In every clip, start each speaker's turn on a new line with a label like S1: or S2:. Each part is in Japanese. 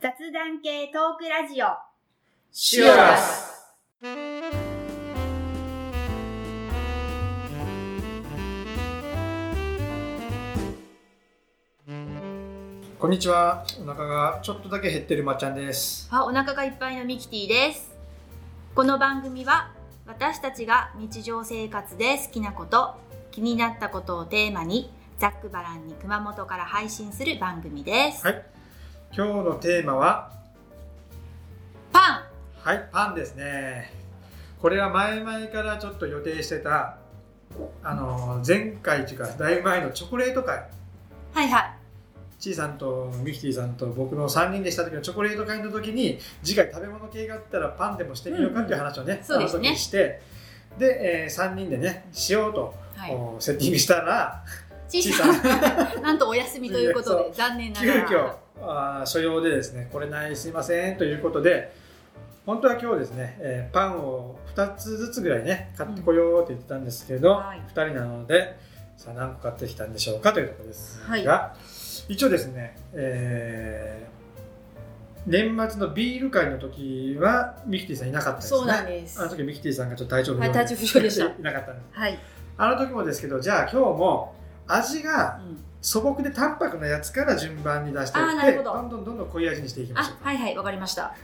S1: 雑談系トークラジオ。
S2: シオラスこんにちはお腹がちょっとだけ減ってるまっちゃんです
S1: あ、お腹がいっぱいのミキティです。この番組は私たちが日常生活で好きなこと、気になったことをテーマにざっくばらんに熊本から配信する番組です。
S2: はい今日のテーマは
S1: パ
S2: はいパンですねこれは前々からちょっと予定してたあの前回というかだいぶ前のチョコレート会
S1: ンはいはい。
S2: ちーさんとミキティさんと僕の3人でした時のチョコレート会の時に次回食べ物系があったらパンでもしてみようかっていう話をね、
S1: んそうですね
S2: あの時にしてで、え3人でねしようと、
S1: はい。
S2: おセッティングしたら
S1: ちい
S2: ちい
S1: さ
S2: さん
S1: ん、なんとお休みということ
S2: いやそ
S1: で、残念な
S2: 急
S1: がら。
S2: 遽あー所要でですねこれないすいませんということで本当は今日ですね、えーパンを2つずつぐらいね買ってこようって言ってたんですけど、
S1: はい
S2: 2人なのでさあ何個買ってきたんでしょうかというところですが、
S1: はい
S2: 一応ですね、えー年末のビール会の時はミキティさんいなかったですね
S1: そうなんです
S2: あの時ミキティさんがちょっと体調不良
S1: はい体調不良でした
S2: いなかったんです
S1: はい。
S2: あの時もですけどじゃあ今日も味が
S1: うん
S2: 素朴で淡白なやつから順番に出してい
S1: あー
S2: っ
S1: な
S2: て
S1: る
S2: ど
S1: ほど
S2: んどんどんどん濃い味にしていきましょ
S1: あ
S2: う、
S1: はいはい、わかりました。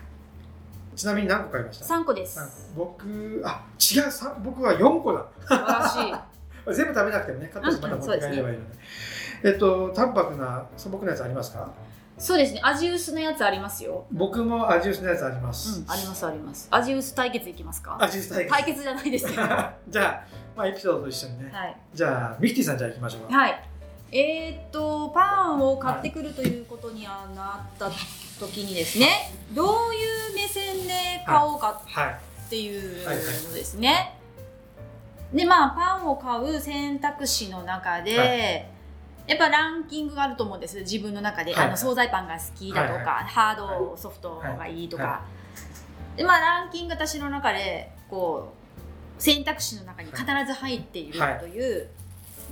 S2: ちなみに何個買いました
S1: 3個です。
S2: なんか
S1: 素
S2: 僕あ違うさ僕は4個だ
S1: 晴らしい。
S2: 全部食べなくてもねカットしてまた持って帰ればいいのでえっと淡白な素朴なやつありますか
S1: そうですね、味薄のやつありますよ。
S2: 僕も味薄のやつありま
S1: う
S2: す、
S1: ん、ありますあります。味薄対決いきますか
S2: 味薄対決
S1: 対決じゃないですけど。は
S2: じゃあ、まあ、エピソードと一緒にね、
S1: い。
S2: じゃあミキティさんじゃあ行きましょうか、
S1: はい。えーっとパンを買ってくるということにはなった時にですね、どういう目線で買おうか
S2: はい
S1: っていう
S2: はいはい
S1: のですね。でまあパンを買う選択肢の中で、
S2: は
S1: やっぱランキングがあると思うんです自分の中で、
S2: はい
S1: あの惣菜パンが好きだとか、
S2: はい
S1: ハード、ソフトがいいとか、
S2: は
S1: でまあランキング私の中でこう選択肢の中に必ず入っている
S2: はい
S1: という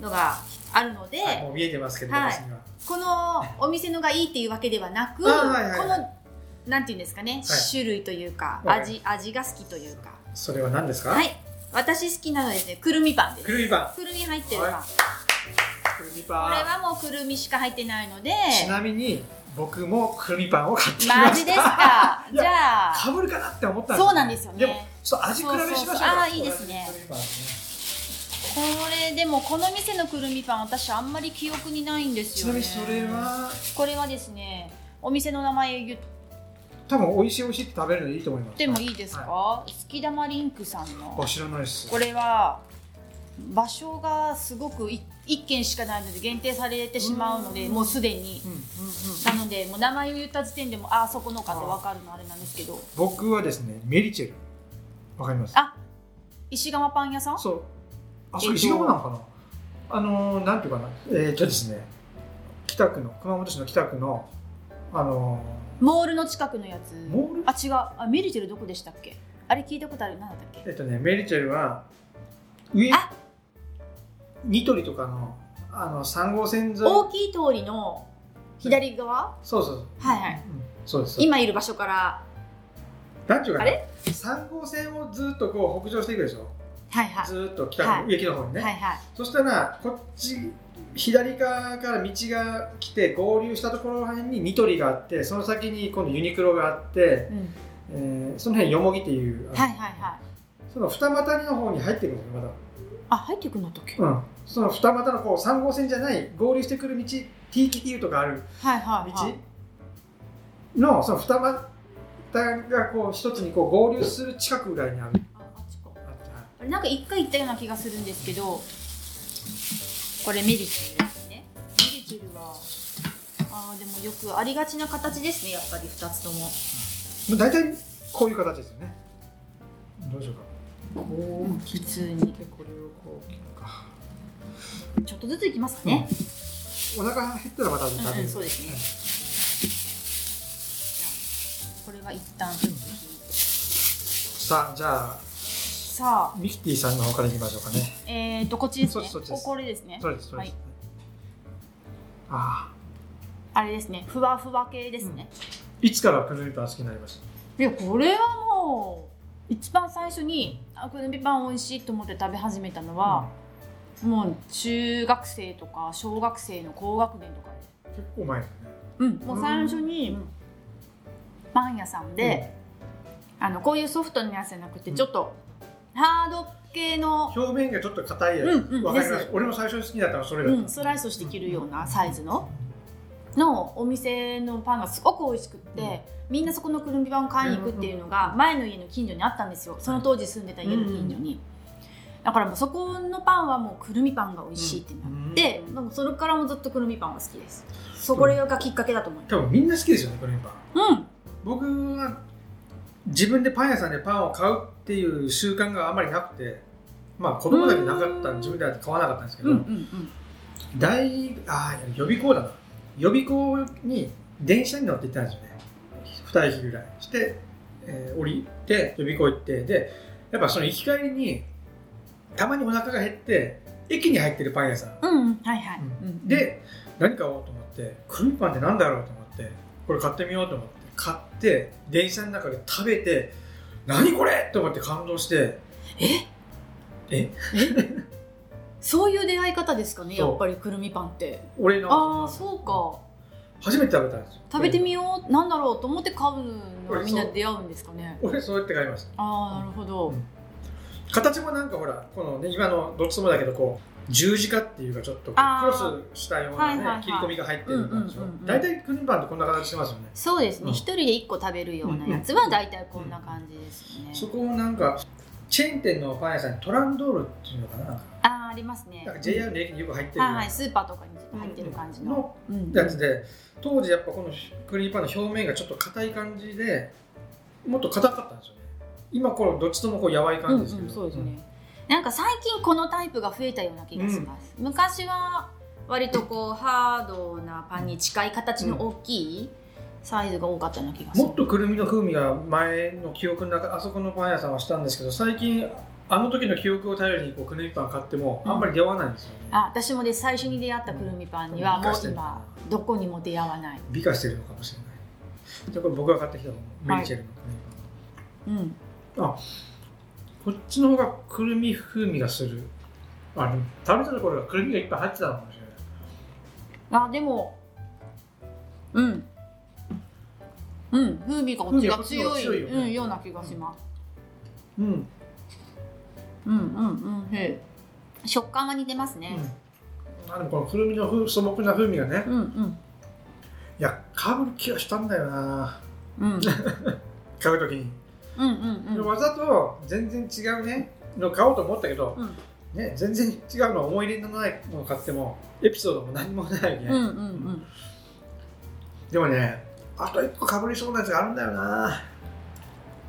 S1: のがあるので、
S2: はいもう見えてますけど、
S1: はい
S2: 私には
S1: このお店のがいいっていうわけではなく、
S2: あはいはいはい
S1: このなんていうんですかね、
S2: はい
S1: 種類というか
S2: はい
S1: 味味が好きというか。
S2: それは何ですか、
S1: はい。私好きなのはですね、くるみパンです。
S2: くるみパン
S1: くるみ入ってるパン。
S2: は
S1: こ
S2: くるみ
S1: れ
S2: パ
S1: はもうくるみしか入ってないので。
S2: ンちなみに僕もくるみパンを買ってきました
S1: マジですか。
S2: い
S1: じ
S2: や
S1: ゃあ、
S2: かぶるかなって思った
S1: そうなんですよね
S2: でもちょっと味比べしましょ
S1: そ
S2: う
S1: うそうそうあーいいですねこれでもこの店のくるみパン、私あんまり記憶にないんです
S2: ち
S1: よ、
S2: なみ
S1: ね。
S2: にそれ。は
S1: これはですね、お店の名前言っ
S2: 多分美味しい美味しいって食べるのでいいと思います
S1: てもいいですか。
S2: は
S1: 好き玉リンクさん
S2: いあ
S1: の。
S2: 知らないです
S1: これは。場所がすごくい一軒しかないので限定されてしまうので
S2: うん
S1: もうすでに
S2: うんうんうん
S1: なのでもう名前を言った時点でもああそこのかって分かるのあれなんですけど
S2: 僕はですねメリチェルわかります
S1: あ石窯パン屋さん
S2: そうあそ
S1: えっ
S2: れ
S1: と
S2: 石窯なのかな、あのー、なんていうかなえっとですね北区の熊本市の北区のあの
S1: モールの近くのやつ
S2: モール
S1: あ違うあメリテルどこでしたっけあれ聞いたことある何だったっ
S2: ーえ
S1: け
S2: っとねメリチェルは上
S1: あ
S2: ニトリとかのあの3号線沿い
S1: 大きい通りの左側
S2: そうそうそう
S1: はいはい
S2: うんそうです
S1: 今いる場所から
S2: なんていうか
S1: あ
S2: な
S1: れ
S2: 3号線をずっとこう北上していくでしょ
S1: はいは
S2: ずーっと北
S1: は
S2: の駅の方に
S1: い
S2: ね、
S1: はいはい
S2: そしたらこっち左側から道が来て合流したところら辺にニトリがあってその先に今度ユニクロがあって、
S1: うん
S2: えーその辺よもぎっていう、あの
S1: はいはいはい
S2: その二股にの方に入ってくるんですよまだ
S1: あ入ってくんの時
S2: うん、その二股のこう3号線じゃない合流してくる道 TKU とかある
S1: はいは
S2: 道
S1: いはい
S2: のその二股がこう一つにこう合流する近くぐらいにある
S1: ああっちか
S2: あってはい
S1: あれなんか一回行ったような気がするんですけどこれメリチュルですねメリチュルはあーでもよくありがちな形ですねやっぱり2つとも
S2: もう大体こういう形ですよねどうしようかこう
S1: 普
S2: 切っ
S1: 通に
S2: てこれをこう切るか
S1: ちょっとずついきますかね、
S2: お腹減ったらまた食べる、
S1: うんうんそうですねこれは一旦ちょっと引いて
S2: さあじゃあ
S1: さあ
S2: ミキティさんの方からいきましょうかね
S1: えー、とこっちですね
S2: そっちそっちです
S1: ここれですね
S2: そうですそうです、
S1: はい
S2: あ
S1: あれですねふわふわ系ですね、
S2: いつからくるみパン好きになりました
S1: いやこれはもう一番最初にあくるみパン美味しいと思って食べ始めたのは、もう中学生とか小学生の高学年とかで
S2: 結構前だね
S1: うん、もう最初に
S2: うん
S1: パン屋さんで、あのこういうソフトのやつじゃなくて
S2: うん
S1: ちょっとハード系の、
S2: 表面がちょっと硬いやつ、
S1: うんうん
S2: わかりま
S1: です
S2: す俺も最初に好きだったのはそれだった、
S1: うん、スライスして切るようなサイズののお店のパンがすごく美味しくって、
S2: うん
S1: みんなそこのくるみパンを買いに行くっていうのが前の家の近所にあったんですよその当時住んでた家の近所に、だからもうそこのパンはもうくるみパンが美味しいってなって、でもそれからもずっとくるみパンは好きですそこがきっかけだと思います
S2: 多分みんな好きですよねくるみパン
S1: うん
S2: 僕は自分でパン屋さんでパンを買うっていう習慣があまりなくてまあ子供だけなかったんで自分では買わなかったんですけど、
S1: うんうんうん
S2: 大あー予備校だな予備校に電車に乗って行ったんですよね2駅ぐらいして、えー降りて予備校行ってでやっぱその行き帰りにたまにお腹が減って駅に入ってるパン屋さん
S1: うんうんはいはい、うん
S2: で何買おうと思ってくるみパンって何だろうと思ってこれ買ってみようと思って買って電車の中で食べて何これと思って感動して
S1: え
S2: え
S1: そういう出会い方ですかね
S2: そ
S1: や
S2: う
S1: っぱりくるみパンって
S2: 俺の
S1: ああそうか
S2: 初めて食べたんですよ
S1: 食べてみようなんだろうと思って買うの
S2: こ
S1: は
S2: れ
S1: みんな出会うんですかね
S2: 俺そうやって買いました
S1: ああなるほど、
S2: うん形もなんかほらこのね今のどっちもだけどこう十字架っていうかちょっとこ
S1: あ
S2: う
S1: ー
S2: クロスしたよう
S1: はいはい
S2: な
S1: はい
S2: ね切り込みが入ってる感じ
S1: うん
S2: の
S1: うんうんうん
S2: 大体クリームパンってこんな形してますよね
S1: そうですね
S2: うん
S1: 一、人で一個食べるようなやつは大体こんな感じですね、
S2: そこをなんかチェーン店のパン屋さんにトランドールっていうのかななんか
S1: ああありますね
S2: なんか JR の駅によく入ってるよ
S1: は
S2: う
S1: い
S2: な
S1: はいスーパーとかに入ってる感じの,、うんうん
S2: やつで当時やっぱこのクリームパンの表面がちょっと硬い感じでもっと硬かったんですよね今これどっちともこうやわい感じですけ
S1: うん
S2: ど
S1: うん、そうですね、なんか最近このタイプが増えたような気がします、昔は割とこうハードなパンに近い形の大きいサイズが多かったような気がする、
S2: もっとくるみの風味が前の記憶の中あそこのパン屋さんはしたんですけど最近あの時の記憶を頼りにこうくるみパン買ってもあんまり出会わないんですよね、
S1: あ私もで最初に出会ったくるみパンには
S2: うん
S1: もう今どこにも出会わない、
S2: 美化してるのかもしれないじゃあこれ僕が買ってきたのメリチェルのくるみ
S1: うん、
S2: パン、あこっちの方がくるみ風味がするあでも食べたところがくるみがいっぱい入ってたのかもしれない
S1: あでもうんうん風味がこっちが
S2: 風味が
S1: 強
S2: こ
S1: い
S2: っちの方が強いよね
S1: うん、ような気がします
S2: うん、
S1: うんうんうんへえ食感が似てますね、
S2: うん、あでもこのくるみの風素朴な風味がね
S1: うん、うん
S2: いやかぶる気がしたんだよな
S1: うんうん
S2: 買う時に
S1: うん うんうん
S2: わざと全然違うねの買おうと思ったけど、
S1: うん
S2: ね、全然違うの思い入れのないのを買ってもエピソードも何もないね、
S1: うんうんうん
S2: でもねあと1個かぶりそうなやつがあるんだよな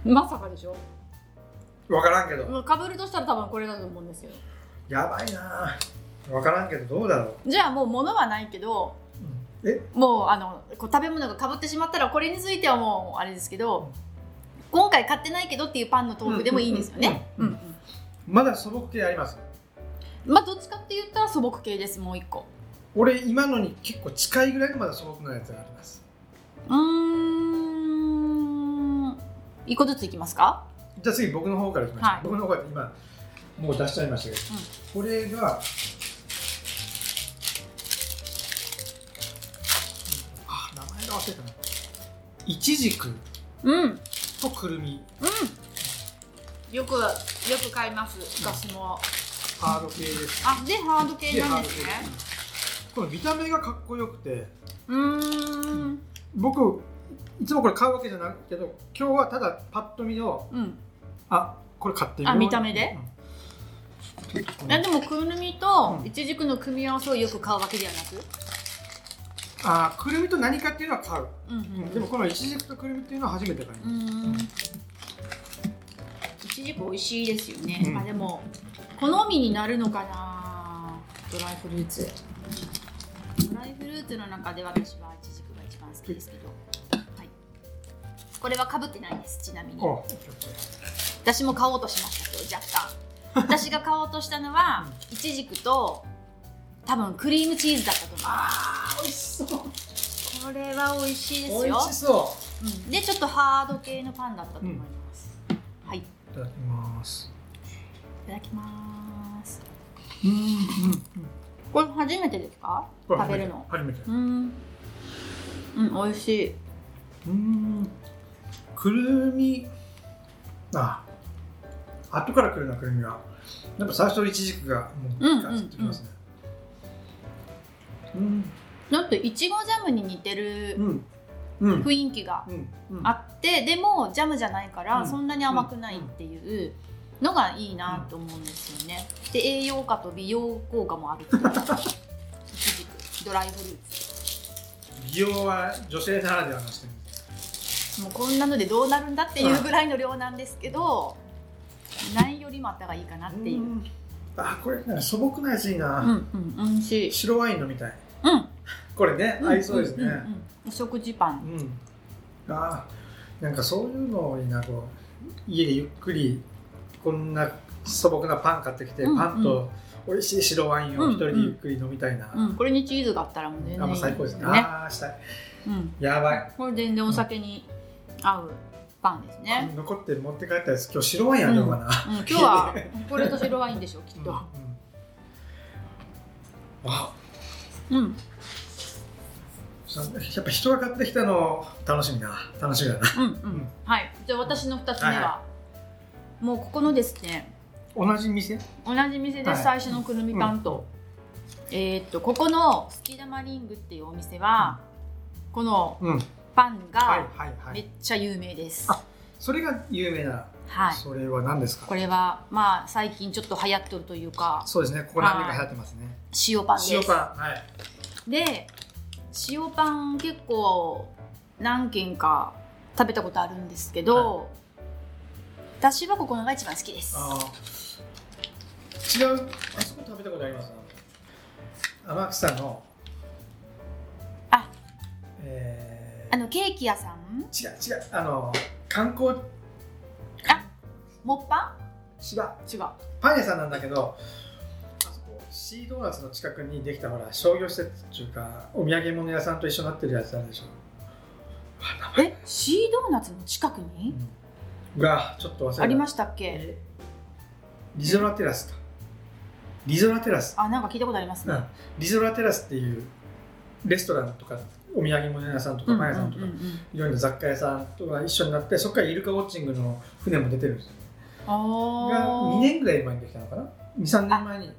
S1: まさかでしょ
S2: 分からんけど、
S1: かぶるとしたら多分これだと思うんですよ
S2: やばいな分からんけどどうだろう、
S1: じゃあもう物はないけど
S2: え
S1: もうあのこう食べ物がかぶってしまったらこれについてはもうあれですけど今回買ってないけどっていうパンの豆腐でもいいんですよね
S2: うんうん
S1: うん
S2: まだ素朴系あります
S1: うんまあどっちかって言ったら素朴系ですもう一個
S2: 俺今のに結構近いぐらいのまだ素朴なやつがあります
S1: うーん一個ずついきますか
S2: じゃあ次僕の方からいきましょう、
S1: はい
S2: 僕の方から今もう出しちゃいましたけど、これがあ名前が忘れたなイチジク
S1: うんうん
S2: とくるみ
S1: よくよく買います私も
S2: ハード系です
S1: あでハード系なんですね
S2: ハード系この見た目がかっこよくて
S1: うーん
S2: 僕いつもこれ買うわけじゃないけど今日はただパッと見の
S1: うん
S2: あこれ買ってみよう
S1: あ見た目で、
S2: うんちょっとこ
S1: いや
S2: の
S1: でもくるみといちじくの組み合わせをよく買うわけではなく
S2: あくるみと何かっていうのは買う、
S1: うん
S2: うんでもこのイチジクとくるみっていうのは初めて買いま
S1: う
S2: し
S1: んいちじく美味しいですよね、
S2: うん
S1: あでも好みになるのかなドライフルーツドライフルーツの中で私はいちじくが一番好きですけど、はい、これはかぶってないですちなみに
S2: た、お
S1: 私も買おうとしました今日若干私が買おうとしたのはイチジクと多分クリームチーズだったと思う
S2: あー美味しそう
S1: これは美味しいです
S2: 美
S1: よ
S2: 味しそ
S1: うんでちょっとハード系のパンだったと思います、はいい
S2: いただきます
S1: ただきます
S2: うんうん
S1: これ初めてですか
S2: これ
S1: 食べるの
S2: 初めて初めて
S1: うんうん美味しい
S2: うんくるみあ後からくるなくるみがやっぱ最初のいちじくがもう
S1: うん
S2: ガツッときますねうん
S1: ちょっといちごジャムに似て
S2: う
S1: る
S2: んうん
S1: 雰囲気が
S2: うんうん
S1: あってでもジャムじゃないか
S2: う
S1: ら
S2: ん
S1: そんなに甘くないっていうのがいいなと思うんですよねで栄養価と美容効果もある っていういちじくドライフルーツ
S2: 美容は女性ならではの視点
S1: もうこんなのでどうなるんだっていうぐらいの量なんですけどないよりもあった方がいいかなっていうう。
S2: んあこれなんか素朴なやついいな、
S1: うんうん、美味しい。
S2: 白ワイン飲みたい
S1: うん、
S2: これね、合いそうですね
S1: んんうんお食事パ
S2: う
S1: ン。
S2: ん、あーなんかそういうのいいなこう家でゆっくりこんな素朴なパン買ってきて、
S1: うんうん
S2: パンと美味しい白ワインを一人で
S1: うんうん
S2: ゆっくり飲みたいな、
S1: うん、これにチーズがあったらもう全然いい
S2: あもう最高ですね
S1: ね。
S2: ああしたい
S1: うん、
S2: やばい、
S1: これ全然お酒に合うパンですね。
S2: 残ってる持って帰ったやつ今日白ワインあるのかな、
S1: うん、今日はこれと白ワインでしょう、きっ
S2: うんうん
S1: と。
S2: あ
S1: うん、
S2: やっぱ人が買ってきたの楽しみな楽しみだな
S1: うん、うん、はい、じゃあ、私の二つ目
S2: はい
S1: は。もうここのですね。
S2: 同じ店
S1: 同じ店で
S2: はい
S1: す最初のくるみパンと、えーっとここのすき玉リングっていうお店はこの
S2: うん
S1: パンが
S2: はいはいは
S1: めっ
S2: い
S1: ちゃ有名です、
S2: あそれが有名な、
S1: はい
S2: それは何ですか
S1: これはまあ最近ちょっと流行っとるというか
S2: そうですねここ何年か流行ってますね
S1: 塩パンです
S2: 塩パンはい
S1: で塩パン結構何軒か食べたことあるんですけど、私はここのが一番好きです
S2: あー違うあそこ食べたことあります天草の
S1: あ
S2: えー
S1: あのケーキ屋さん
S2: 違う違うあの観光
S1: もっぱ
S2: 芝
S1: ん違う
S2: パン屋さんなんだけどあそこシードーナツの近くにできたほら商業施設っていうかお土産物屋さんと一緒になってるやつあるでしょ
S1: えシードーナツの近くに、
S2: うわちょっと忘れた
S1: ありましたっけ
S2: えリゾラテラスかリゾラテラス、
S1: あなんか聞いたことあります
S2: う
S1: ね
S2: ん、リゾラテラスっていうレストランとかお土産物屋さんと
S1: う
S2: か
S1: んうん
S2: パン
S1: う
S2: 屋さんとか
S1: んうん
S2: いろんな雑貨屋さんとか一緒になってそこからイルカウォッチングの船も出てるんですよが2
S1: あー
S2: 年ぐらい前にできたのかな23年前に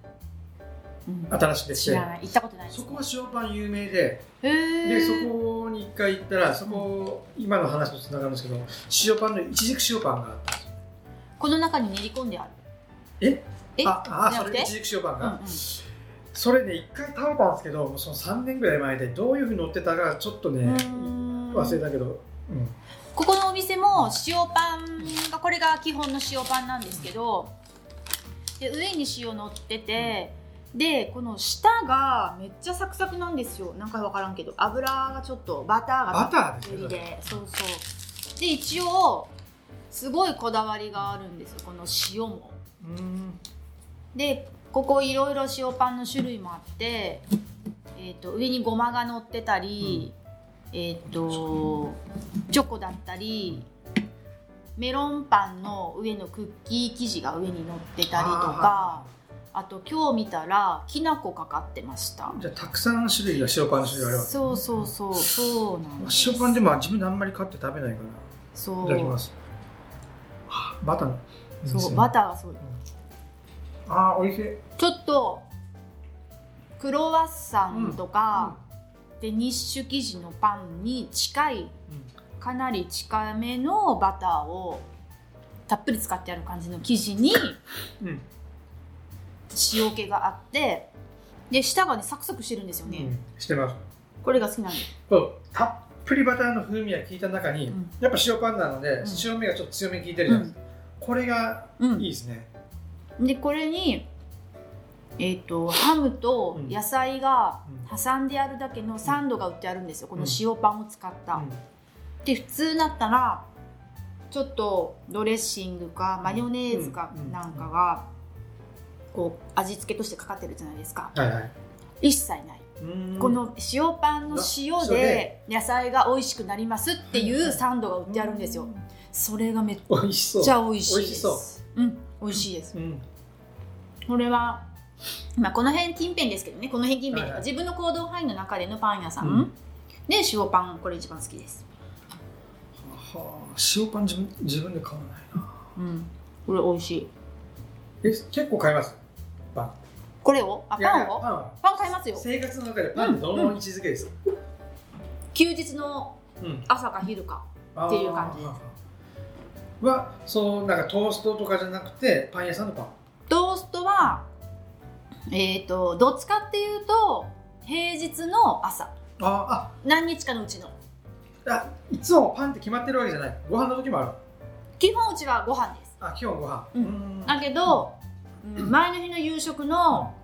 S1: うん
S2: 新しくでき
S1: 知
S2: て
S1: らない行ったことないです
S2: そこは塩パン有名で
S1: へー
S2: でそこに1回行ったらそこ今の話とつながるんですけど塩パンのいちじく塩パンがあったんですよ
S1: この中に練り込んである
S2: え
S1: え
S2: ああ
S1: じゃ
S2: そ
S1: なく
S2: れ
S1: て
S2: いちじく塩パン
S1: うんう
S2: が、
S1: ん
S2: それね、一回食べたんですけど、もうその3年ぐらい前で、どういうふうに乗ってたか、ちょっと
S1: う
S2: ね、
S1: ーん
S2: 忘れたけど、うん、
S1: ここのお店も塩パンがこれが基本の塩パンなんですけどで上に塩乗ってて、でこの下がめっちゃサクサクなんですよなんか分からんけど油がちょっとバターが
S2: バターです
S1: 無
S2: よ
S1: 理
S2: ね。
S1: でそうそうで一応すごいこだわりがあるんですよこの塩も
S2: うん、
S1: でここいろいろ塩パンの種類もあって、えー、と上にごまが乗ってたり、えっ、とチョコだったりメロンパンの上のクッキー生地が上に乗ってたりとかあと今日見たらきな粉かかってました
S2: じゃあ、たくさん種類が塩パンの種類があるわけですね
S1: そうそうそうそうなんです
S2: 塩パンでも自分であんまり買って食べないか
S1: そ
S2: ら、
S1: う
S2: いただきます。はあバターの。
S1: そうバターがそう
S2: ー。ああ、おいしい。
S1: ちょっとクロワッサンとか、でニッシュ生地のパンに近いかなり近めのバターをたっぷり使ってある感じの生地に
S2: うん。うん。
S1: 塩気があってで下がねサクサクしてるんですよね、
S2: うんしてます。
S1: これが好きなんです
S2: そうたっぷりバターの風味が効いた中に、
S1: うん
S2: やっぱ塩パンなので、
S1: ん
S2: 塩味がちょっと強めに効いてるじゃないですか。これが
S1: うん
S2: いいですね。
S1: でこれにえー、とハムと野菜が挟んであるだけのサンドが売ってあるんですよこの塩パンを使った、
S2: うん
S1: で普通だったらちょっとドレッシングかマヨネーズか
S2: うん
S1: なんかがこう味付けとしてかかってるじゃないですか
S2: はいはい。
S1: 一切ない
S2: うん
S1: この塩パンの塩で野菜が美味しくなりますっていうサンドが売ってあるんですよ。それがめっ
S2: 美味しそう
S1: ちゃ美味しい
S2: 美
S1: で
S2: 味し
S1: す。。
S2: そう
S1: ん、美味しいです。
S2: うん
S1: これは、まあ、この辺近辺ですけどね、この辺近辺と
S2: は
S1: か、
S2: いはい
S1: 自分の行動範囲の中でのパン屋さん、
S2: うん
S1: で塩パンこれ一番好きです。
S2: はあ塩パン自分自分で買わないな
S1: うん、これ美味しい。
S2: え結構買いますパン
S1: これをあ
S2: いや
S1: パンを
S2: パンは
S1: パン買いますよ。
S2: 生活の中でパンってどの位置づけですか
S1: 休日の
S2: うん
S1: 朝か昼か。っていう感じです
S2: じはそのなんかトーストとかじゃなくてパン屋さんのパン
S1: トーストは、えっ、と、どっちかっていうと、平日の朝。
S2: あ
S1: 何日かのうちの。
S2: ああいつもパンって決まってるわけじゃないご飯の時もある
S1: 基本うちはご飯です。
S2: あ今日ご飯
S1: う
S2: うん
S1: だけど、うん前の日の夕食の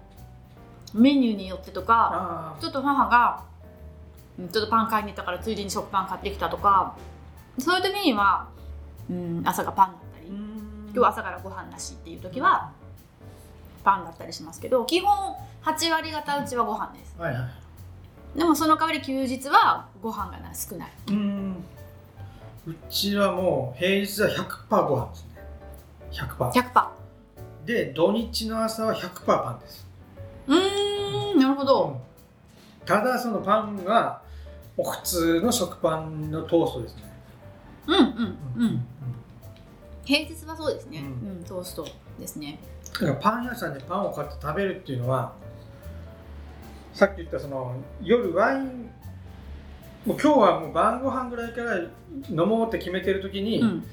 S1: メニューによってとか
S2: あ
S1: ちょっと母がうんちょっとパン買いに行ったからついでに食パン買ってきたとかそういう時には、うん、朝がパンだったり
S2: ーう
S1: 今
S2: ん
S1: 日は朝からご飯だしっていう時はパンだったりしますけど基本8割方うちはご飯です
S2: はいはい
S1: でもその代わり休日はご飯がな少ないう
S2: ーんうちはもう平日は100%ご飯ですね100%
S1: 100%
S2: で土日の朝は100%パンです
S1: うーんなるほど
S2: ただそのパンがもう普通の食パンのトーストですね
S1: うんうん
S2: う
S1: うんん平日はそうですね、
S2: う
S1: うんんトーストですね
S2: だからパン屋さんでパンを買って食べるっていうのはさっき言ったその夜ワインもう今日はもう晩ご飯ぐらいから飲もうって決めてる時に、
S1: うん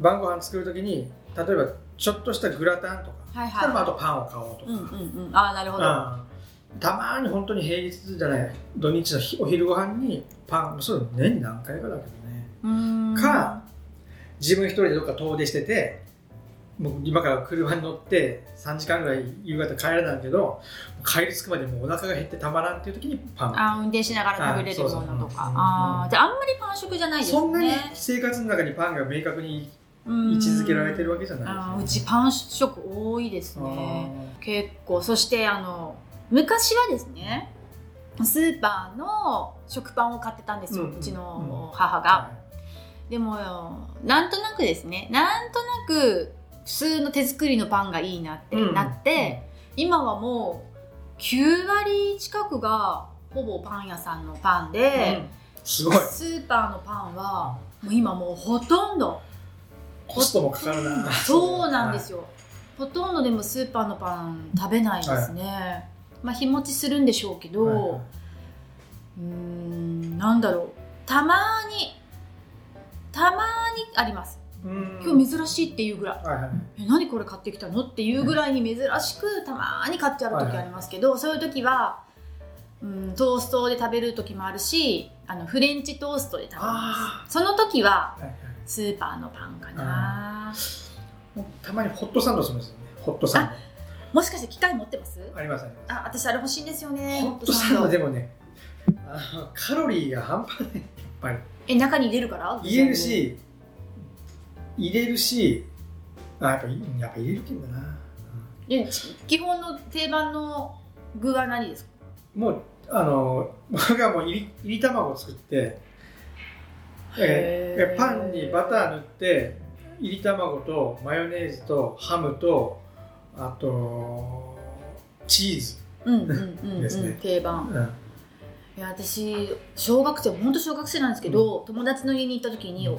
S2: 晩ご飯作る時に例えばちょっとしたグラタンとか、
S1: はいはい
S2: そしたらまああとパンを買おうとか、
S1: うんうんうん、ああなるほど、
S2: うんたまに本当に平日じゃない土日のお昼ご飯にパンそれ年に何回かだけどね
S1: うん
S2: か自分一人でどっか遠出しててもう今から車に乗って3時間ぐらい夕方帰らないけど帰り着くまでもうお腹が減ってたまらんっていう時にパン
S1: あ運転しながら食べれるものとか
S2: あそうそううん
S1: ああじゃああんまりパン食じゃないですね
S2: そんなに生活の中にパンが明確に
S1: うん
S2: 位置づけられてるわけじゃ
S1: あ
S2: な
S1: ー
S2: いうです
S1: ちパン食多いですね
S2: ね
S1: 結構そしてあの昔はですねスーパーの食パンを買ってたんですよ、
S2: う
S1: うん
S2: うん
S1: ちの母が、
S2: あ
S1: でもなんとなくですねなんとなく普通の手作りのパンがいいなって
S2: うん
S1: なって、今はもう9割近くがほぼパン屋さんのパン
S2: ー、う
S1: で、
S2: んすごい
S1: スーパーのパンはもう今もうほとんど
S2: コストもかかるな
S1: そうなんです
S2: よ
S1: よ、ほとんどでもスーパーのパン食べないですね、まあ日持ちするんでしょうけど、うーんなんだろうたまにたまにあります今日珍しいっていうぐらい
S2: はいはい
S1: え何これ買ってきたのっていうぐらいに珍しくたまに買ってある時ありますけど、そういう時は、うん、トーストで食べる時もあるしあのフレンチトーストで食べ
S2: あ
S1: ますその時は
S2: はいはい
S1: スーパーのパンかな、
S2: もうたまにホットサンドするんですよねホットサン
S1: もしかして機械持ってます
S2: ドありますあります
S1: あ私あれ欲しいんですよね
S2: ホットサンドでもねあのカロリーが半端ないやっぱり
S1: え中に入れるから
S2: 入れるし入れるしあやっぱいやっぱ入れるけんだな
S1: えち基本の定番の具は何ですか
S2: もうあの 僕がもういりいり卵を作ってえ
S1: へー
S2: パンにバター塗っていり卵とマヨネーズとハムとあとチーズ、
S1: うんうんうん、
S2: です
S1: う
S2: ね
S1: ん、定番
S2: うん
S1: いや私小学生本当小学生なんですけど、友達の家に行った時に、
S2: うん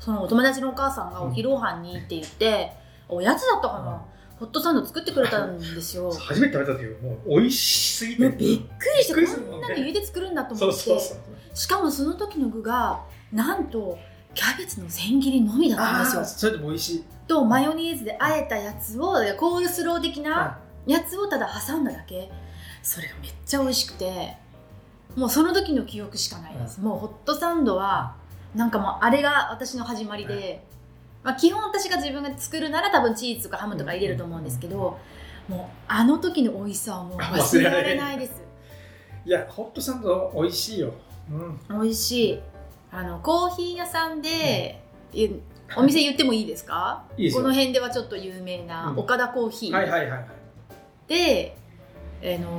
S1: そのお友達のお母さんがお昼ご飯にって言って、おやつだったかな、ホットサンド作ってくれたんですよ
S2: 初めて食べた時もう美味しすぎ
S1: も
S2: て
S1: うびっくりして
S2: びっくりするも
S1: こ
S2: ん
S1: ん
S2: ね
S1: なの家で作るんだと
S2: そ
S1: 思
S2: う
S1: って
S2: そうそう
S1: しかもその時の具がなんとキャベツの千切りのみだったん
S2: あ
S1: です
S2: あ
S1: よ
S2: それでも美味しい
S1: とマヨネーズであえたやつをコールスロー的なやつをただ挟んだだけそれがめっちゃ美味しくてもうその時の記憶しかないです、もうホットサンドはなんかもうあれが私の始まりで、まあ、基本私が自分が作るなら多分チーズとかハムとか入れると思うんですけど、もうあの時の美味しさはもう忘れられないです
S2: いや、ホットサンド美味しいよ。うん。
S1: 美味しいあのコーヒー屋さんで、いお店言ってもいいですか
S2: いいです
S1: こ
S2: よ。
S1: の
S2: はい
S1: 辺ではちょっと有名な
S2: うん
S1: 岡田コーヒー、
S2: はいはいはい。
S1: でえーの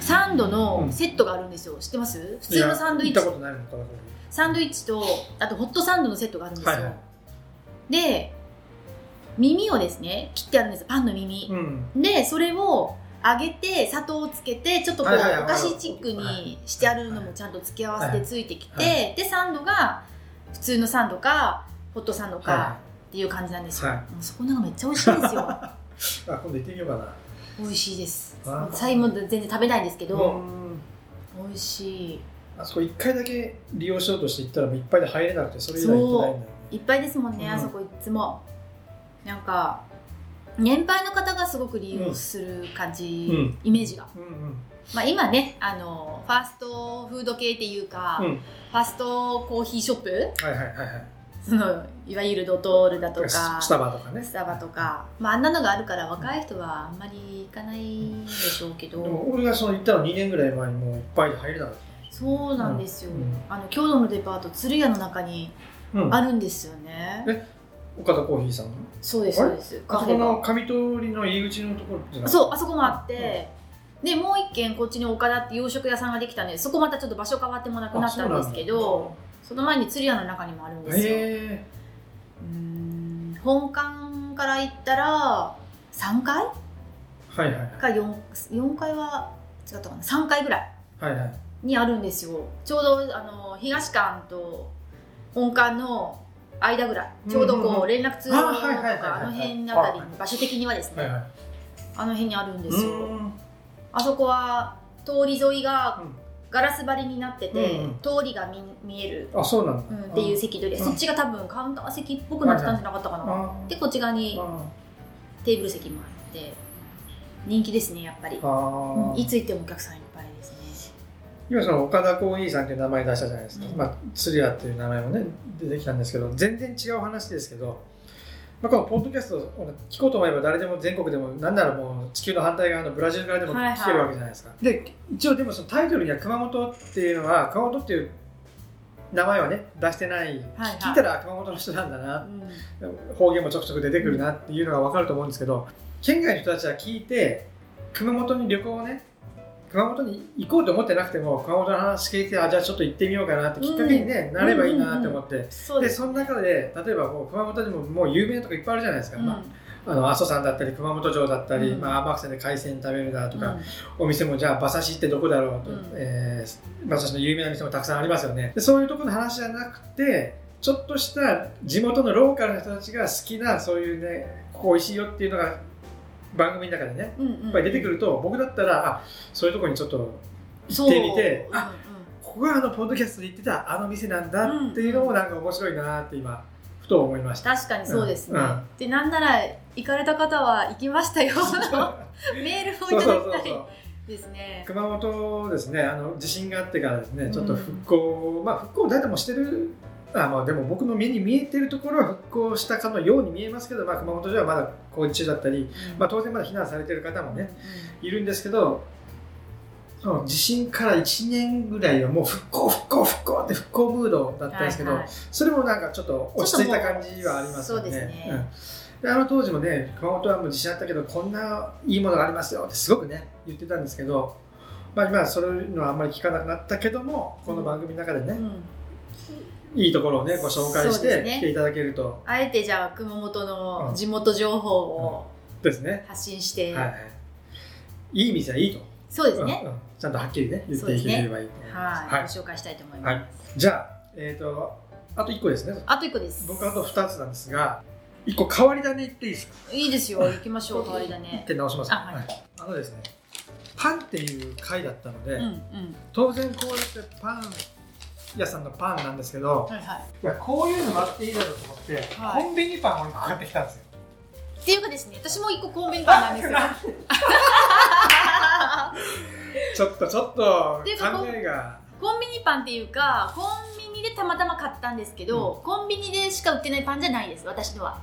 S1: ーサンドのセットがあるんですよ、知ってます普
S2: い
S1: 通
S2: や
S1: のサンドイッ
S2: 行
S1: チ
S2: ったことないのかなこ
S1: サンドイッチとあとホットサンドのセットがあるんですよ、
S2: はいはい
S1: で耳をですね切ってあるんですパンの耳
S2: れ、うん、
S1: でそれを揚げて砂糖をつけてちょっとこう
S2: はいはいはい
S1: お菓子チックにしてあるのもちゃんと付け合わせてついてきて、でサンドが普通のサンドかホットサンドか
S2: は
S1: っていう感じなんですよ、
S2: はい
S1: もうそこなんかめっちゃ美味しいん ですよ
S2: いあ今度行ってみようかな
S1: 美味しいです
S2: あー
S1: 最後全然食べないんですけ
S2: う
S1: ど、
S2: ん
S1: 美味しい
S2: あそこ1回だけ利用しようとして行ったらもういっぱいで入れなくてそれ以来行ってないんだよね
S1: いっぱいですもんね、
S2: うん
S1: あそこいつもなんか年配の方がすごく利用する感じ、
S2: うん
S1: イメージが、
S2: うんうん
S1: まあ、今ねあのファーストフード系っていうか、
S2: うん
S1: ファーストコーヒーショップ
S2: はいはいはいはい
S1: そのいわゆるドトールだとか
S2: スタバとかね
S1: スタバとか、まあ、あんなのがあるから若い人はあんまり行かないでしょうけど、
S2: でも俺がその行ったの2年ぐらい前にもういっぱいで入れなかっ
S1: そうなんですよ、
S2: うん
S1: あの郷土のデパート鶴屋の中に
S2: た、うん、
S1: あるんですよね、
S2: え岡田コーヒーさんの
S1: そうですそうです
S2: あ
S1: カ
S2: そ
S1: フ
S2: こ
S1: ェが
S2: の上通りの入り口のところじゃない
S1: そうあそこもあって、でもう一軒こっちに岡田って洋食屋さんができたんでそこまたちょっと場所変わってもなくなったんですけどその前に釣り屋の中にもあるんですよ、
S2: へ
S1: うーん本館から行ったら3階
S2: ーはいはいはい
S1: か 4, 4階は違ったかな3階ぐらい
S2: はいはい
S1: にあるんですよちょうどあの東館と本館の間ぐらいちょうど
S2: うんうん
S1: こ
S2: う
S1: うん連絡通路と
S2: あはいはいはいはい
S1: かあの辺あたりに場所的にはです
S2: はい
S1: ね
S2: はい
S1: あの辺にあるんで
S2: う
S1: す
S2: ー
S1: よ
S2: ん
S1: あそこは通り沿いがガラス張りになってて、
S2: うんうん
S1: 通りが見見える、
S2: うんあそうなん
S1: う
S2: だ、
S1: んっていう席取り、
S2: うん
S1: そっちが多分カウンター席っぽくなってたんじゃなかったかな、
S2: あ
S1: でこっち側に
S2: あ
S1: テーブル席もあって人気ですねやっぱり、
S2: あー
S1: うんいつ行ってもお客さんいっぱいですね
S2: 今その岡田コーヒーさんっていう名前出したじゃないですか、
S1: うん
S2: まあ、釣り屋っていう名前もね出てきたんですけど全然違う話ですけど、まあ、このポッドキャストを聞こうと思えば誰でも全国でも何ならもう地球の反対側のブラジルからでも
S1: はいはい
S2: 聞けるわけじゃないですか、で一応でもそのタイトルには熊本っていうのは熊本っていう名前はね出してない、
S1: はいはい
S2: 聞いたら熊本の人なんだな
S1: うん
S2: 方言もちょくちょく出てくるなっていうのが分かると思うんですけど県外の人たちは聞いて熊本に旅行をね熊本に行こうと思ってなくても熊本の話聞いてあじゃあちょっと行ってみようかなってきっかけに、ねなればいいなって思って、
S1: そうで
S2: ですその中で例えばもう熊本にももう有名なとこいっぱいあるじゃないですか、
S1: うん
S2: まあ、あの阿蘇山だったり熊本城だったり、
S1: うん
S2: まあ、天草で海鮮食べるだとか、
S1: うん
S2: お店もじゃあ馬刺しってどこだろうと、
S1: うん
S2: えー馬刺しの有名な店もたくさんありますよねでそういうところの話じゃなくてちょっとした地元のローカルの人たちが好きなそういうねここ美味しいよっていうのが番組の中でね
S1: うんうん
S2: やっぱり出てくると僕だったらあそういうところにちょっと行ってみて
S1: そう
S2: あここがあのポッドキャストで言ってたあの店なんだっていうのもなんか面白いなって今ふと思いました。
S1: 確かにそうですね、
S2: うん
S1: でなんなら行かれた方は行きましたよ メールを
S2: そ
S1: いうた
S2: そう
S1: だ
S2: そ
S1: き
S2: う
S1: た
S2: そう
S1: いですね
S2: 熊本ですねあの地震があってからですねちょっと
S1: うん
S2: 復興、まあ復興誰でもしてるあまあでも僕の目に見えてるところは復興したかのように見えますけど、まあ、熊本城はまだ工事中だったり、まあ、当然まだ避難されてる方もねいるんですけどその地震から1年ぐらいはもう復興復興復興って復興ムードだったんですけど、
S1: はいはい
S2: それもなんかちょっと落ち着いた感じはありますよね。
S1: そうですね
S2: うんであの当時もね熊本はもう地震あったけどこんないいものがありますよってすごくね言ってたんですけど、まあ、今はそういうのはあんまり聞かなくなったけどもこの番組の中で
S1: う
S2: ね、
S1: ん
S2: いいところをねご紹介し
S1: そうです
S2: て
S1: ね
S2: 来ていただけると
S1: あえてじゃあ熊本の地元情報を
S2: ですね、
S1: 発信して、
S2: はいはい、いい店はいいと
S1: そうですね、
S2: うんうんちゃんとはっきりね言っていければいいと思います
S1: はい、ご紹介したいと思います。
S2: はいじゃあ、えー、とあと1個ですね
S1: あと一個です。
S2: 僕あと2つなんですが1個変わり種言っていいですか
S1: いいですよ、行きまし ょう、代わりだ
S2: っ
S1: ね。
S2: て直します、
S1: あはい
S2: あのですねパンっていう回だったので、
S1: うんうん。
S2: 当然こうやってパン屋さんのパンなんですけど
S1: はいはい。
S2: いやこういうのもあっていいだろうと思って、
S1: はい
S2: コンビニパンを一個買ってきたんですよ
S1: っていうかですね、私も一個コンビニパンなんです よ。
S2: ちょっとちょっと
S1: っていうか
S2: 考えが
S1: コンビニパンっていうか、コンビニでたまたま買ったんですけど、コンビニでしか売ってないパンじゃないです、私のは。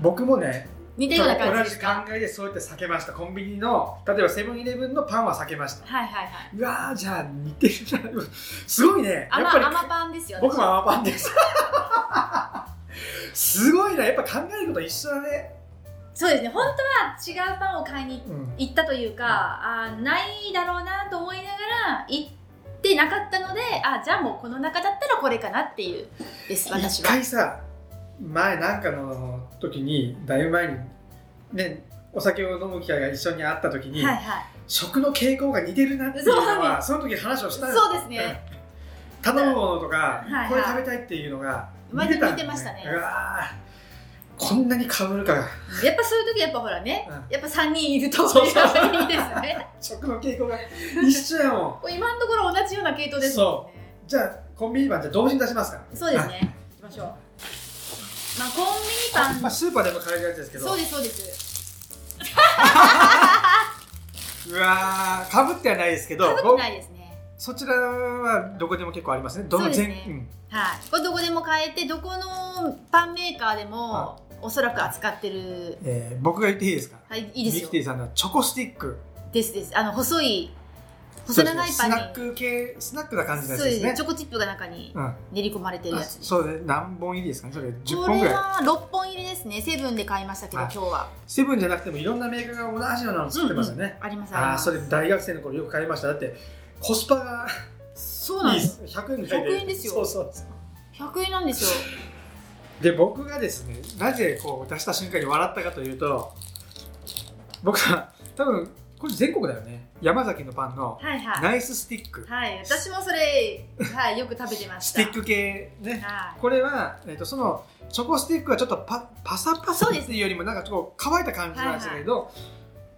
S2: 僕もね
S1: 似た
S2: 同
S1: ような感じで
S2: じ
S1: す
S2: 考
S1: か。
S2: えでそうやって避けましたコンビニの例えばセブンイレブンのパンは避けました
S1: はいはいはい。
S2: うわーじゃあ似てるなすごいねやっぱり
S1: 甘甘パンですよ。私
S2: 僕も甘 パンですすごいなやっぱ考えること一緒だね
S1: そうですね本当は違うパンを買いに
S2: うん
S1: 行ったというか、あーないだろうなと思いながら行ってなかったのであじゃあもうこの中だったらこれかなっていうです私
S2: 一
S1: は。
S2: 回さ前なんかの時にだいぶ前にねお酒を飲む機会が一緒にあった時に、
S1: はいは
S2: 食の傾向が似てるなっていうのはその時話を
S1: い、
S2: したよ
S1: そうですね
S2: 頼むものとか、
S1: いはい
S2: これ食べたいっていうのが
S1: 割と
S2: んだよ
S1: 似てましたね
S2: うわーこんなに被るか
S1: やっぱそういう時やっぱほらね、
S2: うん
S1: やっぱ3人いると
S2: そうそう
S1: いいですね
S2: 食の傾向が一緒やもん
S1: これ今のところ同じような系統ですもんね
S2: じゃあコンビニパンじゃあ同時に出しますか
S1: そうですね行きましょうまあコンビニパン
S2: まあ、スーパーでも買えるやつですけど
S1: そうですそうです
S2: うわーかぶってはないですけど
S1: かぶってないですね
S2: そちらはどこでも結構ありますねど
S1: そ
S2: の
S1: うです
S2: 全
S1: ねはい、これどこでも買えてどこのパンメーカーでもおそらく扱ってる
S2: うんえー僕が言っていいですか
S1: はいいいです
S2: ミ
S1: よ
S2: キティさんのチョコスティック
S1: ですですあの細い細長いパンに
S2: そうですねスナック系スナックな感じのやつ
S1: そう
S2: で
S1: ですす
S2: ね
S1: ねチョコチップが中に
S2: うん
S1: 練り込まれてるやつです
S2: そうね何本入りですかねそれ10
S1: こ
S2: 本ぐ
S1: れ
S2: らい
S1: は6本入りですねセブンで買いましたけど
S2: はい
S1: 今日は
S2: セブンじゃなくてもいろんなメーカーが同じようなの作ってますよね、
S1: あります
S2: あ
S1: り
S2: あ
S1: ま
S2: そ
S1: す
S2: れ大学生の頃よく買いましただってコスパが
S1: そうなん
S2: いい
S1: で
S2: ですす100円で買えて
S1: 100円ですよ
S2: そうそうそう
S1: 100円なんですよ
S2: で僕がですねなぜこう出した瞬間に笑ったかというと僕は多分これ全国だよね山崎のパンの
S1: はいはい
S2: ナイススティック、
S1: はい私もそれはいよく食べてまし
S2: ス
S1: た
S2: ティック系ね
S1: はい
S2: これは、えっとそのチョコスティックはちょっとパパサパサ
S1: そう
S2: って
S1: です
S2: いうよりもなんかちょっと乾いた感じなんですけど、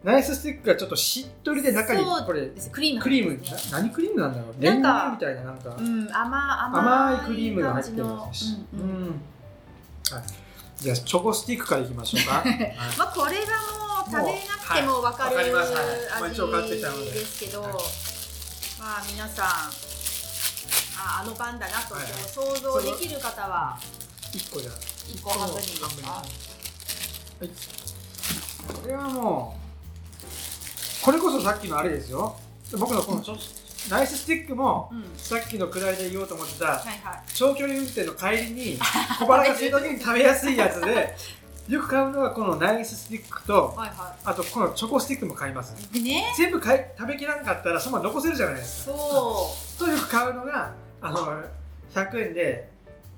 S2: ナイススティックがちょっとしっとりで中に
S1: そう
S2: これ
S1: ですクリーム
S2: クリーム、
S1: ですね
S2: な何クリームなんだろうレ
S1: な
S2: ン
S1: ん
S2: ガ
S1: か
S2: みたいななんか、
S1: うん甘甘
S2: 甘いクリームが入ってますし
S1: 感じ、
S2: う
S1: の
S2: ん
S1: うんうん
S2: はい、じゃあチョコスティックからいきま しょうか、はい
S1: まあ、これはもう食べなくても分かる
S2: もう
S1: 味
S2: はいわかりますはいまあ一応買ってきたので
S1: ですけど、
S2: はい
S1: まあ皆さんああのパンだなと
S2: はいはい
S1: 想像できる方は
S2: 1個じゃ
S1: 1個半分にです
S2: 半分に
S1: か
S2: はいこれはもうこれこそさっきのあれですよ僕のこのチョナイススティックも
S1: うん
S2: さっきのくらいで言おうと思ってた
S1: はいはい
S2: 長距離運転の帰りに小腹が空いた時に食べやすいや つでよく買うのはこのナイススティックと
S1: はいは
S2: あとこのチョコスティックも買います
S1: いでね
S2: 全部買い食べきらんかったらそのまま残せるじゃないですか
S1: そ
S2: とよく買うのがあの100円で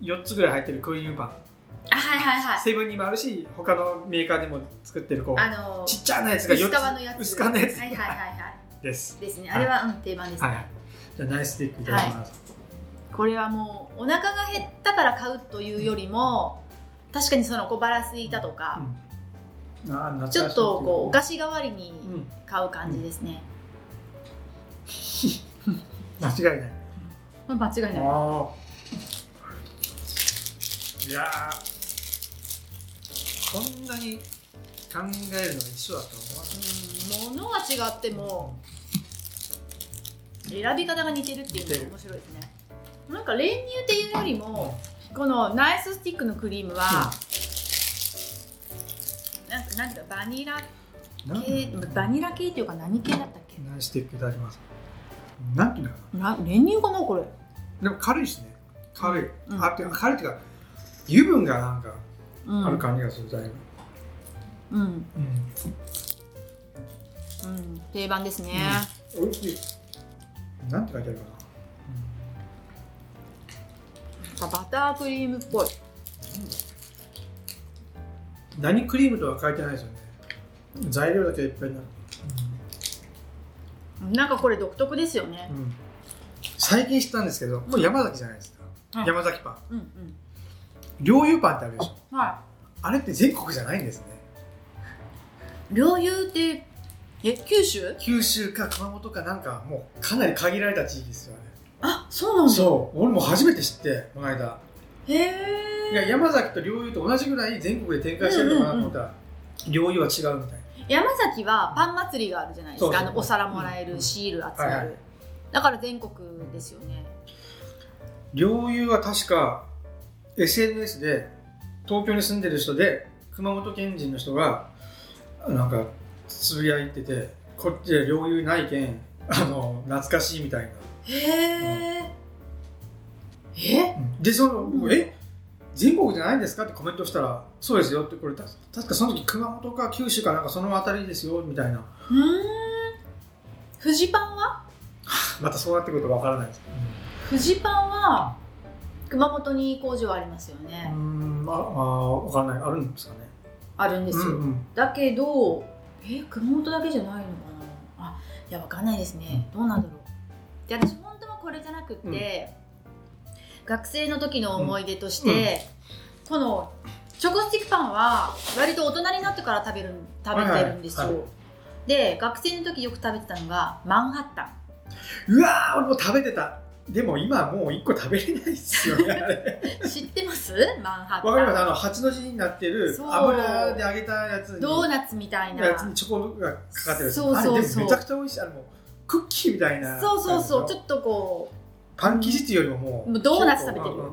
S2: 4つぐらい入ってるクリームパン
S1: うあはいはいはい
S2: セブンにもあるし他のメーカーでも作ってるこ
S1: あ
S2: う
S1: の
S2: ちっちゃなやつが
S1: 薄
S2: 4つ
S1: 皮のやつ
S2: 薄皮のやつ
S1: はいはいはいは
S2: です
S1: いですね
S2: はい
S1: あれは、うん、定番ですね、
S2: はいじゃあナイスティックいただきます、
S1: これはもうお腹が減ったから買うというよりも確かにその小腹すいたとか、
S2: うんあー懐かしい
S1: ちょっとこうお
S2: か
S1: 菓子代わりに
S2: うん
S1: 買う感じですね、
S2: 間違いない
S1: まあ間違いない。
S2: あーいやーこんなに考えるのが一緒だと思わな
S1: うん、物が違っても選び方が似てるっていうのが面白いですね。なんか練乳っていうよりもこのナイススティックのクリームは、なんかなんかバニラ
S2: い
S1: 系
S2: なん
S1: バニラ系っていうか何系だったっけ？
S2: ナイスティックいただきます何ていうのかな
S1: な練乳かなこれ。
S2: でも軽いしね軽い、
S1: うん
S2: あてか軽いっていうか油分がなんか
S1: うん、
S2: ある感じがするだいぶ、
S1: うん
S2: うん
S1: うん定番ですね。
S2: 美味しいなんて書いてあるか
S1: な
S2: な、
S1: んかバタークリームっぽい。
S2: うん何クリームとは書いてないですよね材料だけいっぱいになる、
S1: なんかこれ独特ですよね
S2: う。ん最近知ったんですけどもう山崎じゃないですか、
S1: はい
S2: 山崎パ
S1: う
S2: ン
S1: んうん。
S2: 両油パンってあるでしょ
S1: は
S2: あれって全国じゃないんですね
S1: い。両油ってえ九州？
S2: 九州か熊本かなんかもうかなり限られた地域ですよね、
S1: あそうなんだ。
S2: そう俺も初めて知ってこの間
S1: へえ
S2: いや山崎と両友と同じぐらい全国で展開してるのかなと思ったら、両友は違うみたい
S1: 山崎はパン祭りがあるじゃないです
S2: そう
S1: か
S2: そう
S1: あのお皿もらえ
S2: うん
S1: るシール集める、
S2: はいはい
S1: だから全国ですよね
S2: 両友は確か SNS で東京に住んでる人で熊本県人の人がなんかつぶやいててこっちで両友ないけんあの懐かしいみたいな
S1: へええ
S2: でその、
S1: うん
S2: え全国じゃないんですかってコメントしたら、そうですよって、これ、た確かその時熊本か九州かなんかその辺りですよみたいな、
S1: うーんフジパンは
S2: またそうなってくるとわからないですけど、
S1: フジパンは熊本に工場ありますよ
S2: うー
S1: ね、
S2: ん、ああ、わからない、あるんですかね。
S1: あるんですよ、
S2: うんうん
S1: だけどえー熊本だけじゃないのかなあいやわかんないですねどうなんだろうで私本当はこれじゃなくって、学生の時の思い出として、このチョコスティックパンは割と大人になってから食べる食べてるんですよ、
S2: はいはいは
S1: で学生の時よく食べてたのがマンハッタン
S2: うわー、俺も食べてた。でも今はもう一個食べれないですよね、あれ。
S1: 知ってますマンハッタン
S2: わかりますあの、八の字になってる
S1: そう
S2: 油で揚げたやつに。
S1: ドーナツみたいな
S2: やつにチョコがかかってるやつ
S1: そうそうそう
S2: あれでもめちゃくちゃ美味しいあのもうクッキーみたいな
S1: そうそうそうちょ
S2: っと
S1: っとこ
S2: パン生地っていうよりももう
S1: もうドーナツ食べてる
S2: うんうんうん
S1: う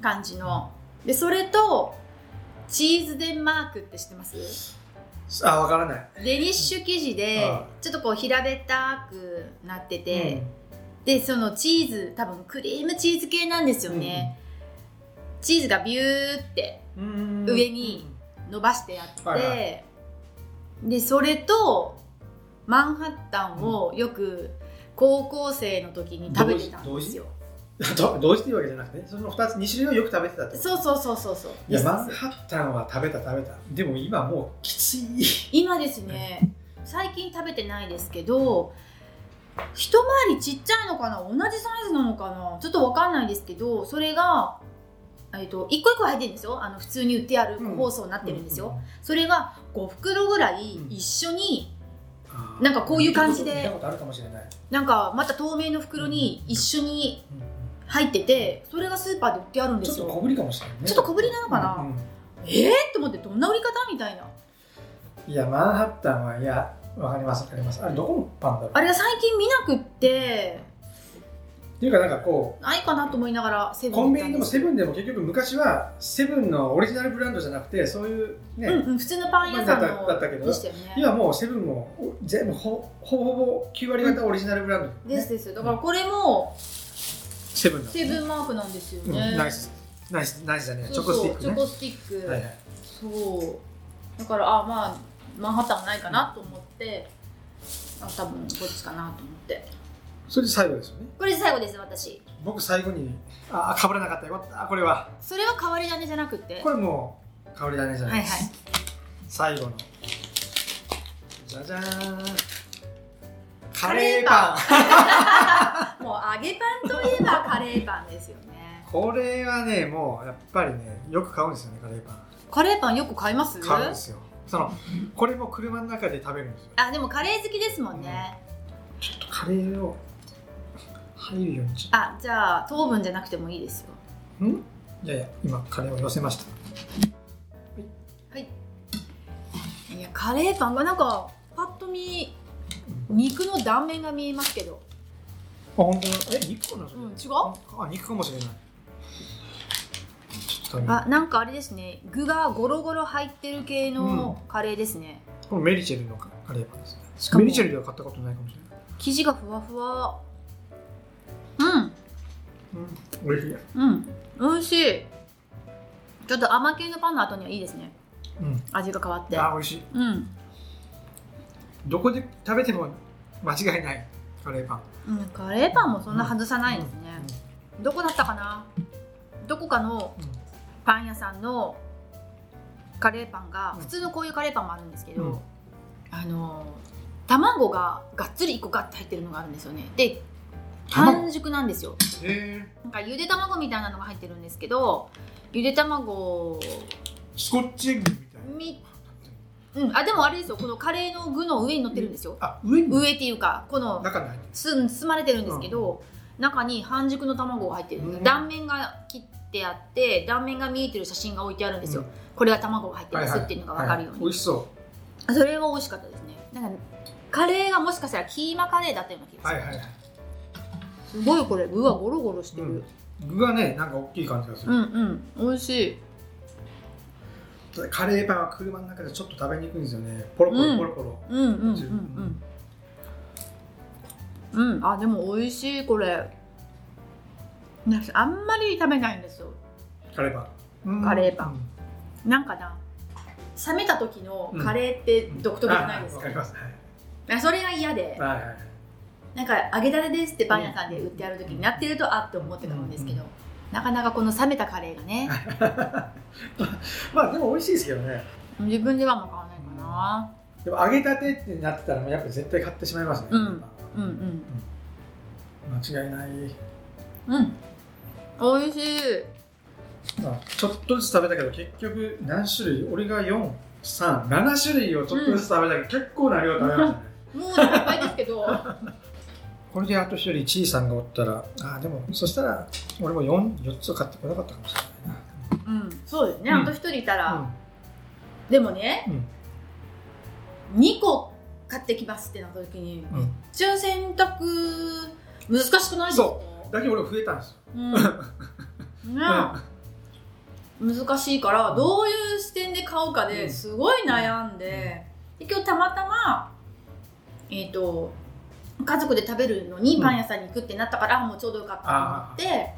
S1: 感じのでそれとチーズデンマークって知ってます
S2: あわからない
S1: デニッシュ生地で
S2: は
S1: ちょっとこう平べったくなってて、
S2: うん
S1: でそのチーズ多分クリームチーズ系なんですよね、チーズがビューって
S2: うん
S1: 上に伸ばしてやって、
S2: はいは
S1: でそれとマンハッタンをよく高校生の時に食べてたんですよ
S2: ど同時というわけじゃなくてねその2つ2種類をよく食べてたってこと
S1: そうそうそうそうそう
S2: いやマンハッタンは食べた食べたでも今もうきつい
S1: 今ですね最近食べてないですけど一回りちっちゃいのかな同じサイズなのかなちょっとわかんないですけどそれが、えっと一個一個入ってるんですよあの普通に売ってある
S2: うん
S1: 包装になってるんですよ、それが5袋ぐらい一緒に、
S2: あー
S1: なんかこういう感じで
S2: 見たことあるかもしれない
S1: なんかまた透明の袋に一緒に
S2: うんうん
S1: 入っててそれがスーパーで売ってあるんで
S2: ちょっ
S1: す
S2: と
S1: よ
S2: 小ぶりかもしれないね
S1: ちょっと小ぶりなのかな
S2: うんうん
S1: えっ、ー、と思ってどんな売り方みたいない
S2: やマンハッタンはいやわかりますわかりますあれどこのパンだろう
S1: あれが最近見なくって
S2: っていうかなんかこう
S1: ないかなと思いながらセブン
S2: コン
S1: 行っ
S2: ビ
S1: たん
S2: ニで
S1: で
S2: も
S1: す
S2: セ
S1: よ
S2: ブンでも結局昔はセブンのオリジナルブランドじゃなくてそういうね、
S1: うんうん、普通のパン屋さんの
S2: だったけど
S1: でしたよね
S2: 今もうセブンも全部ほほぼほぼ9割方オリジナルブランド、ね
S1: ですですだからこれも
S2: セブンだ
S1: セブンマークなんですよね、
S2: うんナイスナイスナイスだね
S1: そう
S2: チョコス
S1: そう
S2: ティック
S1: チョ
S2: ね
S1: コスティック、
S2: はいはい
S1: そうだからあまあマンハッタンはないかなと思って、あ多分こっちかなと思って
S2: それで最後ですよね
S1: これで最後です私
S2: 僕最後にあかぶらなかったよかったこれは
S1: それは変わり種じゃなくて
S2: これもう香りだねじゃないです、
S1: はいはい
S2: 最後のじゃじゃーんカレーパン
S1: もう揚げパンといえば カレーパンですよね
S2: これはねもうやっぱりねよく買うんですよねカレーパン
S1: カレーパンよく買います
S2: 買うんですよそのこれも車の中で食べるんですよ
S1: あでもカレー好きですもんね、
S2: ちょっとカレーを入るようにちょ
S1: あじゃあ糖分じゃなくてもいいですよ
S2: いやいや今カレーを寄せました
S1: いやカレーパンがなんかパッと見肉の断面が見えますけど、
S2: あ本当だえ肉かなそれ、
S1: うん、違う
S2: あ肉かもしれないちょっと食べる
S1: あなんかあれですね具がゴロゴロ入ってる系のカレーですね、
S2: このメリチェルのカレーパンですね
S1: しかも
S2: メリチェルでは買ったことないかもしれない
S1: 生地がふわふわうん
S2: うん美味しい
S1: うん美味しいちょっと甘系のパンの後にはいいですね
S2: うん
S1: 味が変わって
S2: あ美味しい
S1: うん、
S2: どこで食べても間違いないカレーパン
S1: うん、カレーパンもそんな外さないですね、どこだったかなどこかの
S2: うん
S1: パン屋さんのカレーパンが普通のこういうカレーパンもあるんですけど、
S2: うん
S1: あの卵ががっつり1個ガッて入ってるのがあるんですよねで
S2: 卵
S1: 半熟なんですよ
S2: へえ
S1: なんかゆで卵みたいなのが入ってるんですけどゆで卵
S2: スコッチエッグみたい
S1: み
S2: な
S1: うんあでもあれですよこのカレーの具の上に乗ってるんですよ、
S2: あ上に
S1: 上っていうかこの
S2: 中に入って
S1: 包
S2: る
S1: 包まれてるんですけど、中に半熟の卵が入ってる、
S2: うん
S1: 断面が切ってあって断面が見えてる写真が置いてあるんですよ、これが卵が入ってますっていうのが分かるように、
S2: 美味しそ
S1: それは美味しかったですねなんかカレーがもしかしたらキーマカレーだったような気
S2: う
S1: が
S2: は
S1: す
S2: い
S1: る、
S2: はいはい
S1: すごいこれ具はゴロゴロしてる、
S2: 具がねなんか大きい感じがす
S1: う
S2: る、
S1: ん、うん美味しい
S2: カレーパンは車の中でちょっと食べにくいんですよねポロポ
S1: う
S2: ロ
S1: ん
S2: ポロポロ、
S1: うんうんうんうんうんあでも美味しいこれ私あんまり食べないんですよ
S2: カレーパン
S1: カレーパンなんかな冷めた時のカレーって
S2: うん。
S1: 独特じゃないです
S2: あわ
S1: か
S2: かります。はい
S1: あそれが嫌で
S2: はいはい。
S1: なんか揚げたてですってパン屋さんで売ってある時になってるとあって思ってたんですけど、
S2: う
S1: なかなかこの冷めたカレーがね
S2: まあでも美味しいですけどね。
S1: 自分ではもう買わないかな
S2: でも揚げたてってなってたらもうやっぱ絶対買ってしまいますね。
S1: うんうん
S2: 間違いない。
S1: うんうん美味しい
S2: まあちょっとずつ食べたけど結局何種類？俺が四、三、七種類をちょっとずつ食べたけど結構な量食べましたね。
S1: もうお腹いっぱいですけど
S2: これであと一人ちいさんがおったらあーでもそしたら俺も 4, 4つ買ってこなかったかもしれない
S1: うんそうですね、
S2: うん
S1: あと一人いたら、
S2: な、
S1: でもね
S2: う、ん
S1: 2個買ってきますってなった時に
S2: うん
S1: 中選択難しくないですか
S2: そだけど俺増えたんですよ、
S1: うん、ね難しいからどういう視点で買うか
S2: う
S1: で
S2: ん
S1: すごい悩んで,、で今日たまたまえっ、と家族で食べるのにパン屋さんに行くってなったから、もうちょうどよかったと思って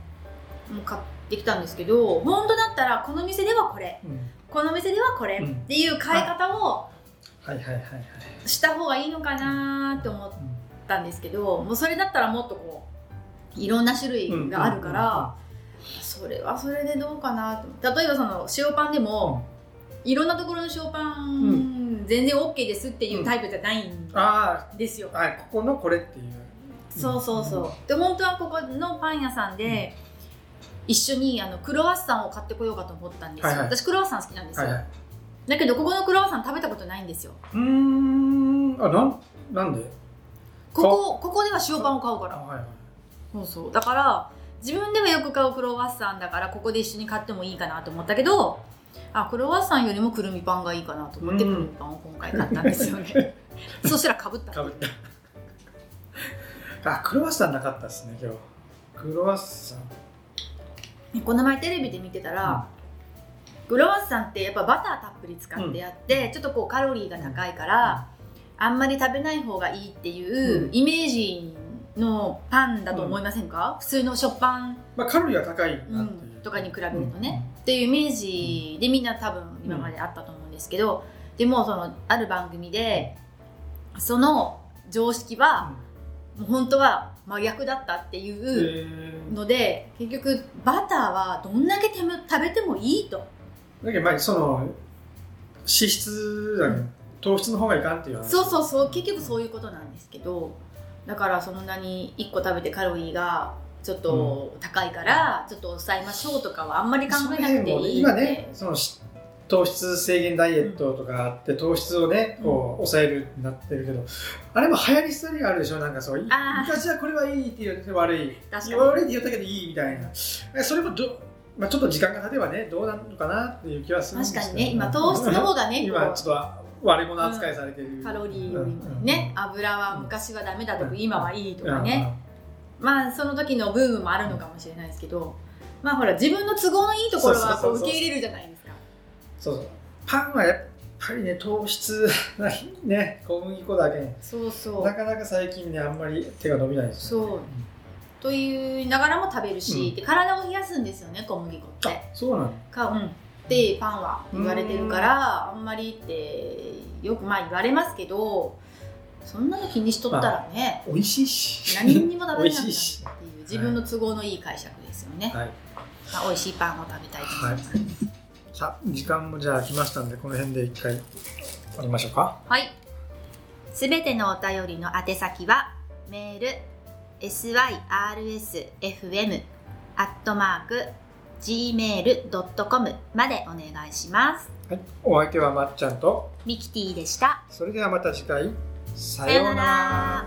S1: もう買ってきたんですけど本当だったらこの店ではこれ
S2: うん
S1: この店ではこれ
S2: うん
S1: っていう買い方を
S2: はいはいはいはい、
S1: した方がいいのかなと思って。ったんですけどもうそれだったらもっとこういろんな種類があるから、それはそれでどうかなと思って例えばその塩パンでも、いろんなところの塩パン、
S2: う
S1: 全然 OK ですっていうタイプじゃないん
S2: あ
S1: ですよ。
S2: あはいここのこれっていう
S1: そうそうそうで本当はここのパン屋さんで、一緒にあのクロワッサンを買ってこようかと思ったんですよ、
S2: はいはい
S1: 私クロワッサン好きなんです
S2: は
S1: よ、
S2: いはい
S1: だけどここのクロワッサン食べたことないんですよ
S2: うーんあなんなんで
S1: ここここでは塩パンを買うから
S2: はいはい
S1: そうそうだから自分ではよく買うクロワッサンだからここで一緒に買ってもいいかなと思ったけどあクロワッサンよりもくるみパンがいいかなと思って
S2: う
S1: く
S2: ん
S1: るみパンを今回買ったんですよ ねそしたらかぶった
S2: かぶったあクロワッサンなかったですね今日クロワッサン
S1: この前テレビで見てたら、クロワッサンってやっぱバターたっぷり使ってやって、ちょっとこうカロリーが高いから、あんまり食べない方がいいっていう
S2: うん
S1: イメージのパンだと思いませんか、普通の食パン
S2: まあカロリーが高いなっていう、
S1: うんとかに比べるとね、っていうイメージでみんな多分今まであったと思うんですけど、でもそのある番組でその常識はもう本当は真逆だったっていう
S2: うん、
S1: ので、結局バターはどんだけ手む食べてもいいと
S2: だけどまあその脂質だね、
S1: う
S2: 糖質の方がいかんっていう話
S1: そうそうそう結局
S2: う
S1: そういうことなんですけどだからそんなに1個食べてカロリーがちょっと高いからちょっと抑えましょうとかはあんまり考えなくていい
S2: 今
S1: ので
S2: ねそのし糖質制限ダイエットとかあって、糖質をねこう抑えるになってるけど、あれも流行りしたりがあるでしょなんかそうい
S1: あー
S2: 昔はこれはいいって言って悪い
S1: 確かに
S2: 悪いって言ったけどいいみたいなえそれもど、まあ、ちょっと時間が経てばねどうなるのかなっていう気はするんです
S1: 確
S2: けど
S1: かにね今糖質の方がね
S2: 今
S1: こう
S2: ちょっと悪いもの扱いされてる、
S1: カロリーよりもね、油は昔はダメだとか、
S2: うん
S1: 今はいいと
S2: うん、
S1: かね、まあその時のブームもあるのかもしれないですけどまあほら自分の都合のいいところはこ
S2: そううそうそうそう
S1: 受け入れるじゃないですか
S2: そうそうパンはやっぱりね糖質ないね小麦粉だけに
S1: そうそ
S2: な
S1: う
S2: かなか最近ねあんまり手が伸びないですよね
S1: そうと言いながらも食べるし、
S2: うん
S1: で体を冷やすんですよね小麦粉って
S2: そうなの
S1: かうんってパンは言われてるからあんまりってよくまあ言われますけどそんなの気にしとったらね、
S2: 美味しいし
S1: 何にも食べなくなるっ て
S2: 美
S1: い
S2: 味しいし
S1: う自分の都合のいい解釈ですよね、
S2: はい
S1: まあ、美味しいパンを食べたいと思います、
S2: さあ時間もじゃあ来ましたんでこの辺で一回終わりましょうか
S3: はい。すべてのお便りの宛先は、メール、syrsfm、アットマーク、gmail.com までお願いします。
S2: はいお相手はまっちゃんと
S3: ミキティでした。
S2: それではまた次回さ
S3: さようなら。